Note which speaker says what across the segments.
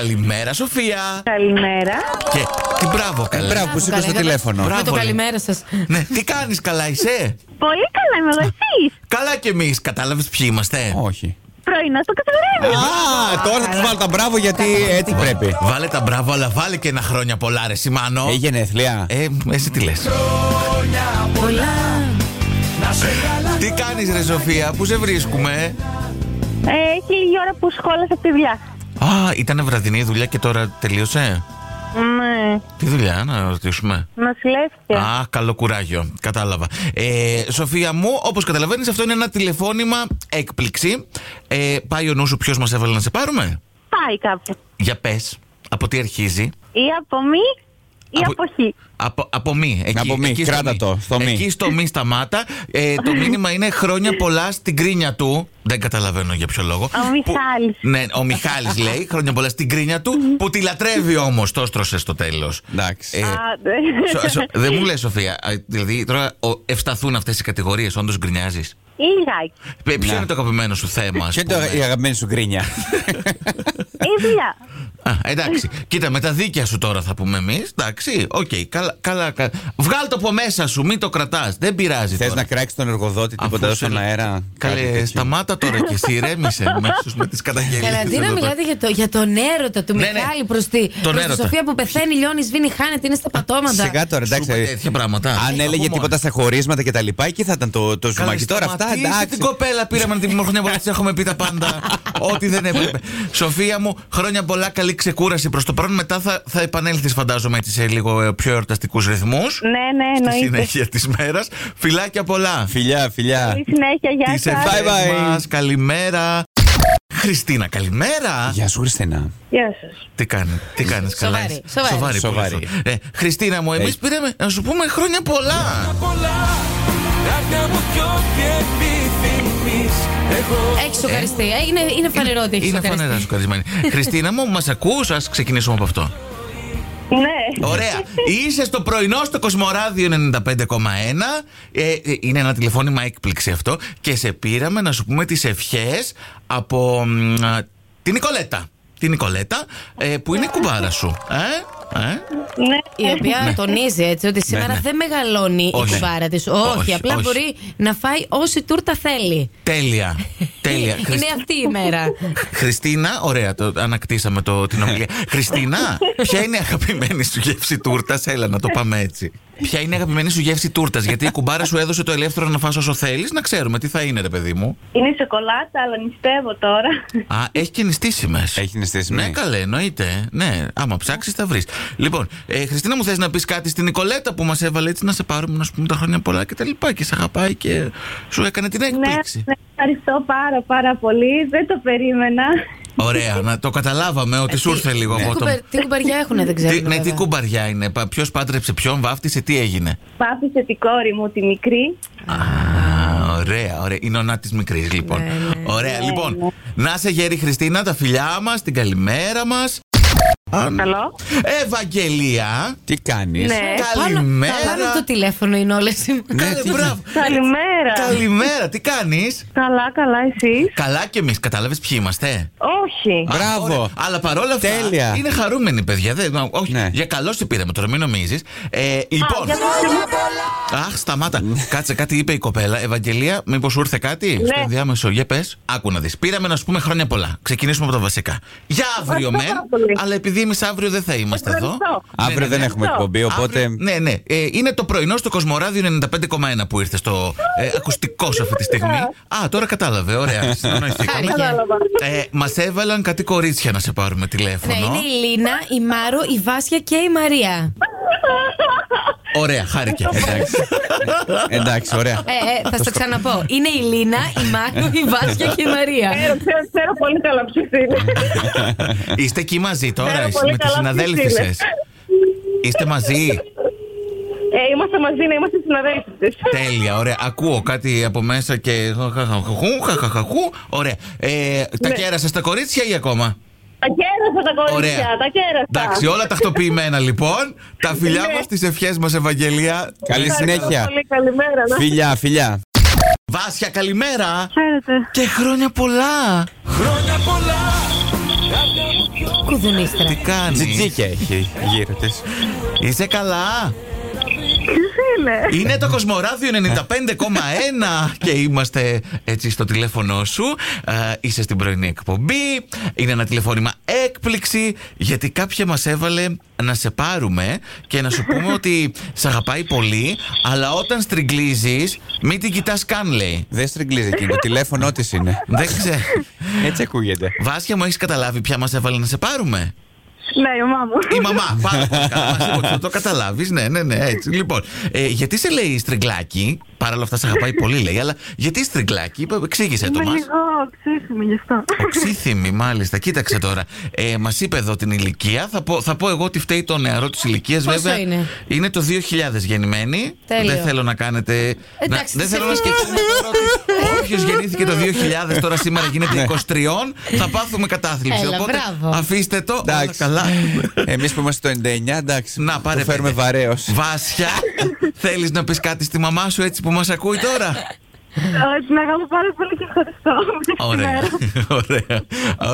Speaker 1: Καλημέρα, Σοφία.
Speaker 2: Καλημέρα.
Speaker 1: Και τι μπράβο,
Speaker 3: Ε,
Speaker 1: καλές.
Speaker 3: Μπράβο που σήκωσε το
Speaker 4: καλέ.
Speaker 3: τηλέφωνο.
Speaker 1: Μπράβο.
Speaker 4: Με το
Speaker 1: λέει.
Speaker 4: καλημέρα σας.
Speaker 1: ναι, τι κάνεις, καλά είσαι.
Speaker 2: Πολύ καλά είμαι εγώ. Εσείς.
Speaker 1: Καλά κι εμείς, κατάλαβες ποιοι είμαστε.
Speaker 3: Ε, Όχι.
Speaker 2: Πρωινό στο καθημερινό.
Speaker 3: Α, τώρα θα τους βάλω τα μπράβο γιατί έτσι πρέπει.
Speaker 1: Βάλε τα μπράβο, αλλά βάλε και ένα χρόνια πολλά, ρε Σιμάνο.
Speaker 3: Ε, γενέθλια.
Speaker 1: Ε, εσύ τι λες.
Speaker 4: Πολλά.
Speaker 1: Τι κάνεις, Ρε Σοφία, πού σε βρίσκουμε.
Speaker 2: Ε, έχει λίγη ώρα που σχόλασα από τη δουλειά.
Speaker 1: Α, ήταν βραδινή η δουλειά και τώρα τελείωσε.
Speaker 2: Ναι,
Speaker 1: Τι δουλειά, να ρωτήσουμε.
Speaker 2: νοσηλεύτηκα.
Speaker 1: Α, καλό κουράγιο. Κατάλαβα. Ε, Σοφία μου, όπως καταλαβαίνεις, αυτό είναι ένα τηλεφώνημα έκπληξη. Ε, πάει ο νους σου, ποιος μας έβαλε να σε πάρουμε.
Speaker 2: Πάει κάπου.
Speaker 1: Για πες, από τι αρχίζει.
Speaker 2: Ή από μη ή από, χ.
Speaker 1: Από, από μη. Εκεί,
Speaker 3: Από μη,
Speaker 1: εκεί στο
Speaker 3: κράτα
Speaker 1: μη.
Speaker 3: το, στο μη.
Speaker 1: Εκεί στο μη σταμάτα. Ε, το μήνυμα είναι χρόνια πολλά στην κρίνια του. Δεν καταλαβαίνω για ποιο λόγο.
Speaker 2: Ο Μιχάλης.
Speaker 1: ναι, ο Μιχάλης λέει χρόνια πολλά στην κρίνια του που τη λατρεύει όμως. Το έστρωσε στο Ε, τέλος.
Speaker 3: Εντάξει.
Speaker 2: Α, ναι.
Speaker 1: Σο- σο- δεν μου λες Σοφία. Α, Δηλαδή τώρα ο- ευσταθούν αυτές οι κατηγορίες, όντως γκρινιάζεις.
Speaker 2: Ή λιγάκι.
Speaker 1: Ε, Ποιο
Speaker 3: Ναι.
Speaker 1: είναι το αγαπημένο σου θέμα, ας
Speaker 3: Ποιο είναι το- ε, η
Speaker 1: πούμε?
Speaker 3: αγαπημένη σου γκρίνια.
Speaker 2: Ή δουλειά.
Speaker 1: Α, εντάξει. Κοίτα, με τα δίκια σου τώρα θα πούμε εμείς. Εντάξει, οκ. καλά, καλά, καλά. Βγάλ το από μέσα σου, μην το κρατάς. Δεν πειράζει.
Speaker 3: Θες
Speaker 1: τώρα.
Speaker 3: να κράξεις τον εργοδότη τίποτα εδώ
Speaker 1: Αφού
Speaker 3: στον
Speaker 1: σε-
Speaker 3: αέρα. κάτι
Speaker 1: Καλέ,
Speaker 3: τέτοιο.
Speaker 1: σταμάτα τώρα και εσύ ρέμισε αμέσως με τις καταγγελίες.
Speaker 4: Καλά, τι
Speaker 1: εδώ
Speaker 4: να
Speaker 1: τώρα.
Speaker 4: μιλάτε για, το, για τον έρωτα του
Speaker 1: Ναι, ναι.
Speaker 4: Μιχάλη προς τη,
Speaker 1: Τον
Speaker 4: προς τη
Speaker 1: έρωτα.
Speaker 4: Σοφία που πεθαίνει, λιώνει, σβήνει, χάνεται, είναι στα πατώματα.
Speaker 3: Σιγά τώρα,
Speaker 1: Σου είπα
Speaker 3: εντάξει.
Speaker 1: τέτοια πράγματα.
Speaker 3: Αν
Speaker 1: Ε,
Speaker 3: έλεγε
Speaker 1: ακόμα.
Speaker 3: τίποτα στα χωρίσματα και τα λοιπά, εκεί θα ήταν το, το
Speaker 1: Καλά,
Speaker 3: ζουμάκι. Τώρα αυτά
Speaker 1: σταματήστε
Speaker 3: εντάξει.
Speaker 1: την κοπέλα πήραμε να την πούμε χρόνια πολλά. Τη έχουμε πει τα πάντα. Ό,τι δεν έπρεπε. Σοφία μου, χρόνια πολλά. Καλή ξεκούραση προς το παρόν. Μετά θα, θα επανέλθεις, φαντάζομαι, έτσι σε λίγο ε, πιο εορταστικού ρυθμούς.
Speaker 2: Ναι, ναι,
Speaker 1: στη
Speaker 2: εννοείται.
Speaker 1: συνέχεια της μέρας. Φιλάκια πολλά.
Speaker 3: Φιλιά, φιλιά.
Speaker 2: Καλή συνέχεια, γεια
Speaker 1: Τις
Speaker 2: σας.
Speaker 3: ευχαριστώ.
Speaker 1: ευχές
Speaker 3: Bye, bye.
Speaker 1: μας. Καλημέρα. Χριστίνα, καλημέρα.
Speaker 3: Γεια σου, Χριστίνα.
Speaker 2: Γεια σας.
Speaker 1: Τι κάνεις, τι κάνεις καλά.
Speaker 4: Σοβαρή,
Speaker 1: είσαι.
Speaker 4: σοβαρή.
Speaker 1: Σοβαρή, πολύ
Speaker 3: Σοβαρή.
Speaker 1: σοβαρή. Ε, Χριστίνα μου, εμείς
Speaker 3: Ε.
Speaker 1: πήραμε να σου πούμε χρόνια πολλά.
Speaker 4: Έχεις σοκαριστεί. ε, Είναι, είναι φανερό ότι έχεις
Speaker 1: Είναι φανερά
Speaker 4: σοκαριστεί.
Speaker 1: σου καρισμένη. Χριστίνα μου, μας ακούς, ας ξεκινήσουμε από αυτό.
Speaker 2: Ναι.
Speaker 1: Ωραία. Είσαι στο πρωινό στο Κοσμοράδιο 95,1. Ε, ε, είναι ένα τηλεφώνημα έκπληξη αυτό. Και σε πήραμε να σου πούμε τις ευχές από μ, α, την Νικολέτα. Την Νικολέτα, ε, που είναι η κουμπάρα σου. Ε, ε.
Speaker 2: Ναι.
Speaker 4: Η οποία τονίζει έτσι ότι σήμερα
Speaker 1: ναι.
Speaker 4: δεν μεγαλώνει
Speaker 1: Όχι.
Speaker 4: η κουβάρα της.
Speaker 1: Όχι,
Speaker 4: Όχι, απλά
Speaker 1: όχι.
Speaker 4: μπορεί να φάει όση τούρτα θέλει.
Speaker 1: Τέλεια. Τέλεια. Χριστ-
Speaker 4: Είναι αυτή η μέρα.
Speaker 1: Χριστίνα, ωραία, το ανακτήσαμε το, την ομιλία. Χριστίνα, ποια είναι η αγαπημένη σου γεύση τούρτας, έλα να το πάμε έτσι. Ποια είναι η αγαπημένη σου γεύση τούρτας, γιατί η κουμπάρα σου έδωσε το ελεύθερο να φας όσο θέλεις, να ξέρουμε τι θα είναι, ρε παιδί μου.
Speaker 2: Είναι σοκολάτα, αλλά νηστεύω τώρα.
Speaker 1: Α, έχει και νηστίσιμες.
Speaker 3: Έχει νηστίσιμη.
Speaker 1: Ναι, καλέ, εννοείται. Ναι, άμα ψάξεις θα βρεις. Λοιπόν, ε, Χριστίνα μου, θες να πεις κάτι στην Νικολέτα που μας έβαλε έτσι να σε πάρουμε να σου πούμε τα χρόνια πολλά και τα λοιπά. Και σε αγαπάει και σου έκανε την
Speaker 2: ναι,
Speaker 1: έκπληξη.
Speaker 2: ναι, ευχαριστώ πάρα πάρα πολύ. Δεν το περίμενα.
Speaker 1: Ωραία, να το καταλάβαμε ότι σου ήρθε λίγο
Speaker 4: Ε, Τι
Speaker 1: από το.
Speaker 4: κουμπε- Τι κουμπαριά έχουν, δεν
Speaker 1: Ναι. Τι,
Speaker 4: ξέρω.
Speaker 1: ναι, τι κουμπαριά είναι. Ποιο πάτρεψε ποιον, βάφτισε, τι έγινε.
Speaker 2: Πάφησε την κόρη μου τη μικρή.
Speaker 1: Α, ωραία, ωραία. Η νονά της μικρής, λοιπόν.
Speaker 4: Ναι, ναι.
Speaker 1: Ωραία,
Speaker 2: Ναι,
Speaker 1: λοιπόν.
Speaker 2: ναι.
Speaker 1: Να σε γέρη Χριστίνα, τα φιλιά μας, την καλημέρα μας.
Speaker 2: Καλό.
Speaker 1: Ευαγγελία.
Speaker 3: Τι κάνεις.
Speaker 2: Ναι.
Speaker 1: καλημέρα.
Speaker 4: Πάνω το τηλέφωνο είναι όλες.
Speaker 1: Καλέ, μπράβο.
Speaker 2: Καλημέρα.
Speaker 1: Ναι, Καλημέρα, τι κάνεις.
Speaker 2: Καλά, καλά εσείς.
Speaker 1: Καλά κι εμείς, κατάλαβες ποιοι είμαστε.
Speaker 2: Όχι.
Speaker 3: Μπράβο.
Speaker 1: Α, ωραία. Αλλά παρόλα αυτά
Speaker 3: Τέλεια.
Speaker 1: είναι χαρούμενοι, παιδιά. Δεν, όχι,
Speaker 3: Ναι.
Speaker 1: Για καλό σε πήραμε τώρα, μην νομίζεις. Ε, λοιπόν. Αχ, σταμάτα. Κάτσε, κάτι είπε η κοπέλα. Ευαγγελία, μήπως σου ήρθε κάτι
Speaker 2: Ναι.
Speaker 1: στο ενδιάμεσο. Για πες. Άκου να δεις. Πήραμε να σου πούμε χρόνια πολλά. Ξεκινήσουμε από τα βασικά. Για αύριο μεν,
Speaker 2: πάρα πολύ.
Speaker 1: αλλά επειδή εμείς αύριο δεν θα είμαστε εδώ.
Speaker 2: Ευχαριστώ.
Speaker 1: Ναι, ναι,
Speaker 3: Αύριο δεν
Speaker 1: ναι.
Speaker 3: έχουμε εκπομπή, οπότε.
Speaker 1: Αύριο- ναι, ναι. Ε, είναι το πρωινό στο Κοσμοράδιο 95,1 που ήρθε στο ε, ακουστικός σου αυτή τη στιγμή. Α, τώρα κατάλαβε. Ωραία. Συνονοηθήκαμε.
Speaker 2: Κατάλαβα.
Speaker 1: ε, Μας έβαλαν κάτι κορίτσια να σε πάρουμε
Speaker 4: Ναι,
Speaker 1: τηλέφωνο.
Speaker 4: είναι η Λίνα, η Μάρο, η Βάσια και η Μαρία.
Speaker 1: Ωραία, χάρηκε.
Speaker 3: Εντάξει. Εντάξει, ωραία.
Speaker 4: Ε, ε, θα στο ξαναπώ. Είναι η Λίνα, η Μάρο, η Βάσια και η Μαρία.
Speaker 2: Ξέρω, ξέρω, ξέρω πολύ καλά ποιος είναι.
Speaker 1: Είστε εκεί μαζί τώρα,
Speaker 2: Ξέρω
Speaker 1: εσείς,
Speaker 2: πολύ
Speaker 1: με τι
Speaker 2: καλά
Speaker 1: συναδέλφοι
Speaker 2: ποιος
Speaker 1: σα.
Speaker 2: είναι.
Speaker 1: Είστε μαζί.
Speaker 2: Ε, είμαστε μαζί, ναι, είμαστε συναδέλφοι της.
Speaker 1: Τέλεια, ωραία. Ακούω κάτι από μέσα και. χαχαχαχού, χαχαχαχού. Ωραία. Ε, τα
Speaker 2: Ναι.
Speaker 1: κέρασα στα κορίτσια ή ακόμα.
Speaker 2: Τα κέρασα τα κορίτσια, τα κέρασα.
Speaker 1: Εντάξει, όλα τακτοποιημένα λοιπόν. Τα φιλιά
Speaker 2: Ναι.
Speaker 1: μας, τις ευχές μας, Ευαγγελία.
Speaker 3: Καλή
Speaker 2: Ευχαριστώ
Speaker 3: συνέχεια.
Speaker 2: Πολύ καλημέρα. να-
Speaker 3: Φιλιά, φιλιά.
Speaker 1: Βάσια, καλημέρα.
Speaker 2: Χαίρετε.
Speaker 1: Και χρόνια πολλά. Τι
Speaker 4: κουδουνίστρα.
Speaker 1: κάνεις.
Speaker 3: Τζιτζίκια έχει γύρω της.
Speaker 1: Είσαι καλά.
Speaker 2: Ποιος είναι.
Speaker 1: Είναι το Κοσμοράδιο 95,1 και είμαστε έτσι στο τηλέφωνό σου. Ε, είσαι στην πρωινή εκπομπή. Είναι ένα τηλεφώνημα έκπληξη γιατί κάποια μας έβαλε να σε πάρουμε και να σου πούμε ότι σε αγαπάει πολύ, αλλά όταν στριγκλίζεις μην την κοιτάς καν λέει.
Speaker 3: Δεν στριγκλίζει εκείνη. Το τηλέφωνό της είναι.
Speaker 1: Δεν ξέρω.
Speaker 3: Έτσι ακούγεται.
Speaker 1: Βάσια μου, έχεις καταλάβει ποια μας έβαλε να σε πάρουμε.
Speaker 2: Ναι, η μαμά μου.
Speaker 1: Η μαμά, πάρα πολύ καλά. Μας είπε ότι Θα το καταλάβεις. Ναι, ναι, ναι, έτσι. Λοιπόν, ε, γιατί σε λέει στριγκλάκι, παρά όλα αυτά σε αγαπάει πολύ, λέει, αλλά γιατί στριγκλάκι, Είπε, εξήγησε το
Speaker 2: Είμαι
Speaker 1: μας.
Speaker 2: λίγο ψήφιμη γι' αυτό.
Speaker 1: Οξύθυμη, μάλιστα. Κοίταξε τώρα. Ε, μας είπε εδώ την ηλικία. Θα πω, θα πω εγώ ότι φταίει το νεαρό της ηλικίας,
Speaker 4: Πόσο
Speaker 1: βέβαια.
Speaker 4: είναι?
Speaker 1: είναι το 2000 γεννημένη.
Speaker 4: Τέλειο.
Speaker 1: Δεν θέλω να κάνετε.
Speaker 4: Εντάξει,
Speaker 1: να, δεν
Speaker 4: σε
Speaker 1: θέλω να σκεφτούμε τώρα ότι όποιος γεννήθηκε το 2000, τώρα σήμερα γίνεται 23, θα πάθουμε κατάθλιψη.
Speaker 4: Έλα,
Speaker 1: Οπότε
Speaker 4: μπράβο.
Speaker 1: αφήστε το. όλα
Speaker 3: Εντάξει.
Speaker 1: καλά.
Speaker 3: Εμείς που είμαστε στο 99, εντάξει.
Speaker 1: Να πάρε
Speaker 3: το φέρουμε
Speaker 1: πέντε.
Speaker 3: βαρέως.
Speaker 1: Βάσια, θέλεις να πεις κάτι στη μαμά σου έτσι που μας ακούει τώρα.
Speaker 2: Ε, Την αγαπώ πάρα πολύ και ευχαριστώ.
Speaker 1: Ωραία.
Speaker 2: Μέρα.
Speaker 1: Ωραία.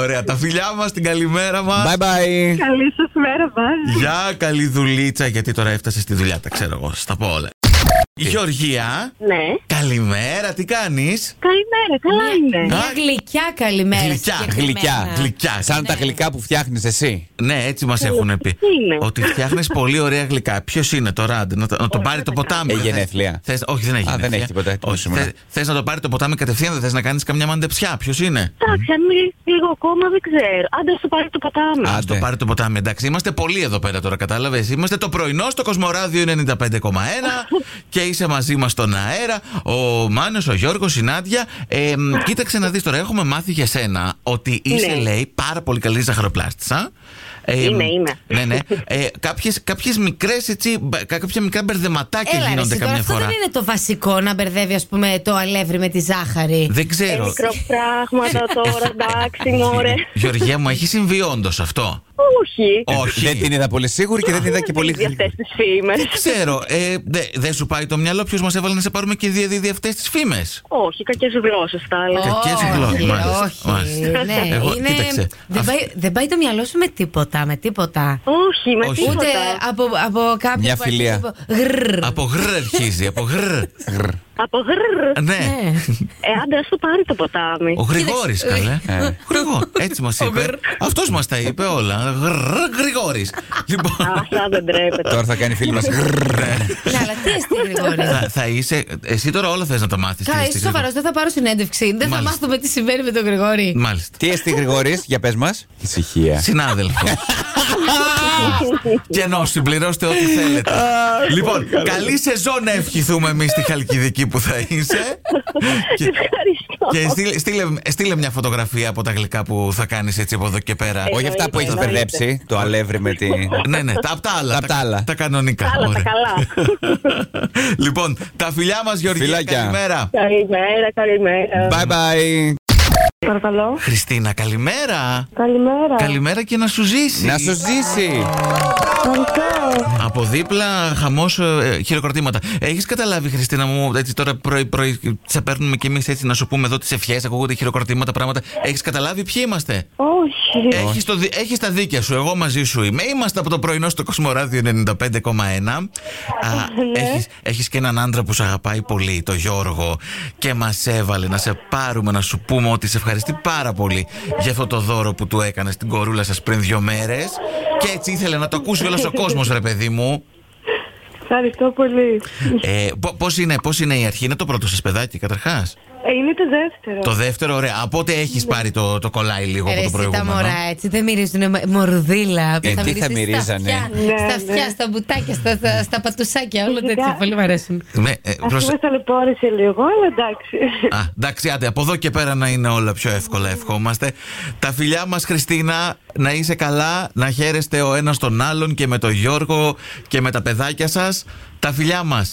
Speaker 1: Ωραία. Τα φιλιά μας, την καλημέρα μας.
Speaker 3: Bye bye.
Speaker 2: Καλή σας μέρα, bye.
Speaker 1: Γεια, καλή δουλίτσα, γιατί τώρα έφτασε στη δουλειά, τα ξέρω εγώ. Στα πω όλα. Γεωργία,
Speaker 2: Ναι.
Speaker 1: καλημέρα, τι κάνεις.
Speaker 2: Καλημέρα,
Speaker 4: Ναι.
Speaker 2: καλά είναι.
Speaker 4: Μια γλυκιά καλημέρα.
Speaker 1: Γλυκιά,
Speaker 4: συγκεκριμένα.
Speaker 3: γλυκιά,
Speaker 1: Γλυκιά.
Speaker 3: Σαν τα γλυκά που φτιάχνεις εσύ.
Speaker 1: Ναι, έτσι μας έχουν πει.
Speaker 2: Ε, τι είναι?
Speaker 1: Ότι φτιάχνεις πολύ ωραία γλυκά. Ποιος είναι τώρα, άντε, να, το- να τον πάρει το ποτάμι.
Speaker 3: Έχει
Speaker 1: Δεν θες-
Speaker 3: γενέθλια.
Speaker 1: θες- όχι, δεν έχει.
Speaker 3: Α, δεν
Speaker 1: γενέθλια.
Speaker 3: έχει ποτέ,
Speaker 1: Όχι,
Speaker 3: σήμερα.
Speaker 1: θες- Θες να το πάρει το ποτάμι κατευθείαν, δεν θες να κάνεις καμιά μαντεψιά. Ποιος είναι.
Speaker 2: Εντάξει, αν μιλήσει λίγο ακόμα δεν ξέρω. Άντε, στο πάρει το ποτάμι.
Speaker 3: Ας,
Speaker 1: Α το
Speaker 3: Ναι.
Speaker 1: πάρει το ποτάμι. Εντάξει, είμαστε πολλοί εδώ πέρα τώρα, κατάλαβες. Είμαστε το πρωινό στο Κοσμοράδιο 95,1 και είσαι μαζί μας στον αέρα. Ο Μάνος, ο Γιώργος, η Νάντια. Ε, μ, κοίταξε να δεις τώρα, έχουμε μάθει για σένα ότι είσαι,
Speaker 2: Ναι.
Speaker 1: λέει, πάρα πολύ καλή ζαχαροπλάστησα. Ε, μ,
Speaker 2: Είμαι, είμαι.
Speaker 1: Ναι, ναι. Ε, κάποιες, κάποιες μικρές έτσι, μπα- κάποια μικρά μπερδεματάκια
Speaker 4: Έλα, ρε,
Speaker 1: γίνονται
Speaker 4: εσύ, τώρα,
Speaker 1: καμιά
Speaker 4: αυτό
Speaker 1: φορά.
Speaker 4: δεν είναι το βασικό να μπερδεύει, ας πούμε, το αλεύρι με τη ζάχαρη.
Speaker 1: Δεν
Speaker 2: Ε,
Speaker 1: ξέρω.
Speaker 2: μικρό πράγματα τώρα, εντάξει, μωρέ.
Speaker 1: Γεωργία μου, έχει συμβεί όντως αυτό.
Speaker 2: Όχι.
Speaker 1: Όχι.
Speaker 3: Ε, Δεν την είδα πολύ σίγουρη και δεν την είδα και πολύ
Speaker 2: αυτέ
Speaker 3: γλυκή.
Speaker 2: τις φήμες.
Speaker 1: Ξέρω, ε, δε- δεν σου πάει το μυαλό ποιος μας έβαλε να σε πάρουμε και διαδίδει αυτές τις φήμες.
Speaker 2: Όχι, κακές γλώσσες τα άλλα.
Speaker 1: κακές
Speaker 4: Όχι,
Speaker 1: γλώσσες, μάλιστα,
Speaker 4: Όχι,
Speaker 1: μάλιστα.
Speaker 4: ναι,
Speaker 1: Εγώ-
Speaker 4: είναι-
Speaker 1: κοίταξε,
Speaker 4: δεν,
Speaker 1: αυ-
Speaker 4: πάει, δεν πάει το μυαλό σου με τίποτα, με τίποτα.
Speaker 2: Όχι, με
Speaker 1: Όχι.
Speaker 2: τίποτα.
Speaker 4: Ούτε από, από κάποιον
Speaker 3: Μια
Speaker 4: που αρχίζει
Speaker 3: φιλία.
Speaker 4: από γρρρ.
Speaker 1: Από γρ αρχίζει, από γρ.
Speaker 2: Από γρρρ.
Speaker 1: Ναι.
Speaker 4: Ναι.
Speaker 2: Ε, άντε, ας το πάρει το ποτάμι.
Speaker 1: Ο Γρηγόρης, καλέ.
Speaker 3: Ε.
Speaker 1: Ο Γρηγό- Έτσι μας είπε. Αυτός μας τα είπε όλα. Γρ, Γρηγόρης. Λοιπόν.
Speaker 2: Αχ, δεν τρέπεται.
Speaker 3: Τώρα θα κάνει φίλη μας.
Speaker 4: Ναι, αλλά τι εστί Γρηγόρη.
Speaker 1: θα- Θα είσαι. Εσύ τώρα όλα θες να τα μάθεις.
Speaker 4: Καλά, είσαι σοβαρός, δεν θα πάρω συνέντευξη. Δεν θα
Speaker 1: Μάλιστα.
Speaker 4: μάθουμε τι συμβαίνει με τον Γρηγόρη.
Speaker 1: Μάλιστα.
Speaker 3: Τι εστί Γρηγόρη, για πες μας. Ησυχία.
Speaker 1: Συνάδελφο. Και ενώ συμπληρώστε ό,τι θέλετε. λοιπόν, καλή σεζόν να ευχηθούμε εμείς στη Χαλκιδική που θα είσαι. Και-
Speaker 2: Ευχαριστώ.
Speaker 1: Και στείλε, στείλε, στείλε μια φωτογραφία από τα γλυκά που θα κάνεις έτσι από εδώ και πέρα.
Speaker 3: Όχι αυτά που έχεις
Speaker 2: Εννοείται.
Speaker 3: μπερδέψει, το αλεύρι με τη.
Speaker 1: ναι, ναι, τα, απ' τα άλλα.
Speaker 3: Τα απ' τα άλλα.
Speaker 1: κανονικά.
Speaker 2: Άλλα τα
Speaker 1: Ωραία.
Speaker 2: καλά.
Speaker 1: λοιπόν, τα φιλιά μας, Γεωργία.
Speaker 3: Φιλάκια.
Speaker 1: Καλημέρα.
Speaker 2: Καλημέρα, καλημέρα.
Speaker 3: Bye bye.
Speaker 2: Παρακαλώ.
Speaker 1: Χριστίνα, καλημέρα.
Speaker 2: Καλημέρα.
Speaker 1: Καλημέρα και να σου ζήσει.
Speaker 3: Ε. Να σου ζήσει.
Speaker 1: Από δίπλα, χαμός, χειροκροτήματα. Έχεις καταλάβει, Χριστίνα μου, έτσι τώρα πρωί-πρωί σε παίρνουμε κι εμείς έτσι να σου πούμε εδώ τις ευχές, ακούγονται χειροκροτήματα, πράγματα. Έχεις καταλάβει ποιοι είμαστε.
Speaker 2: Όχι.
Speaker 1: Έχεις, το, δι- έχεις τα δίκια σου, εγώ μαζί σου είμαι. Είμαστε από το πρωινό στο Κοσμοράδιο 95,1. Α,
Speaker 2: Ναι.
Speaker 1: έχεις, έχεις και έναν άντρα που σε αγαπάει πολύ, το Γιώργο, και μας έβαλε να σε πάρουμε, να σου πούμε ότι σε ευχαριστεί πάρα πολύ για αυτό το δώρο που του έκανες στην κορούλα σας πριν δύο μέρες. Και έτσι ήθελε να το ακούσει όλος ο κόσμος, ρε παιδί μου.
Speaker 2: Ευχαριστώ πολύ.
Speaker 1: Ε, πο- πώς, είναι, πώς είναι η αρχή, είναι το πρώτο σας παιδάκι καταρχάς.
Speaker 2: Ε, είναι το δεύτερο.
Speaker 1: Το δεύτερο, ωραία. Από πότε έχεις
Speaker 2: Ναι.
Speaker 1: πάρει το, το κολλάει λίγο
Speaker 4: Ρε,
Speaker 1: από το
Speaker 4: εσύ τα
Speaker 1: προηγούμενο.
Speaker 4: μωρά έτσι δεν μυρίζουν μορδίλα. που
Speaker 3: Ε, τι θα
Speaker 4: μυρίζεις
Speaker 3: μυρίζανε.
Speaker 4: Στα αυτιά,
Speaker 2: Ναι,
Speaker 4: στα, αυτιά,
Speaker 2: ναι.
Speaker 4: στα μπουτάκια, στα, στα, στα πατουσάκια, όλα
Speaker 2: Φυσικά.
Speaker 4: τέτοια. Πολύ μου αρέσουν.
Speaker 1: Ναι, ε,
Speaker 2: Ας
Speaker 1: προσε-
Speaker 2: πούμε ταλαιπώρησε λίγο, αλλά εντάξει.
Speaker 1: Α, εντάξει, άντε, από εδώ και πέρα να είναι όλα πιο εύκολα, ευχόμαστε. Τα φιλιά μας, Χριστίνα, να είσαι καλά, να χαίρεστε ο ένας τον άλλον και με τον Γιώργο και με τα παιδάκια σας. Τα φιλιά μας.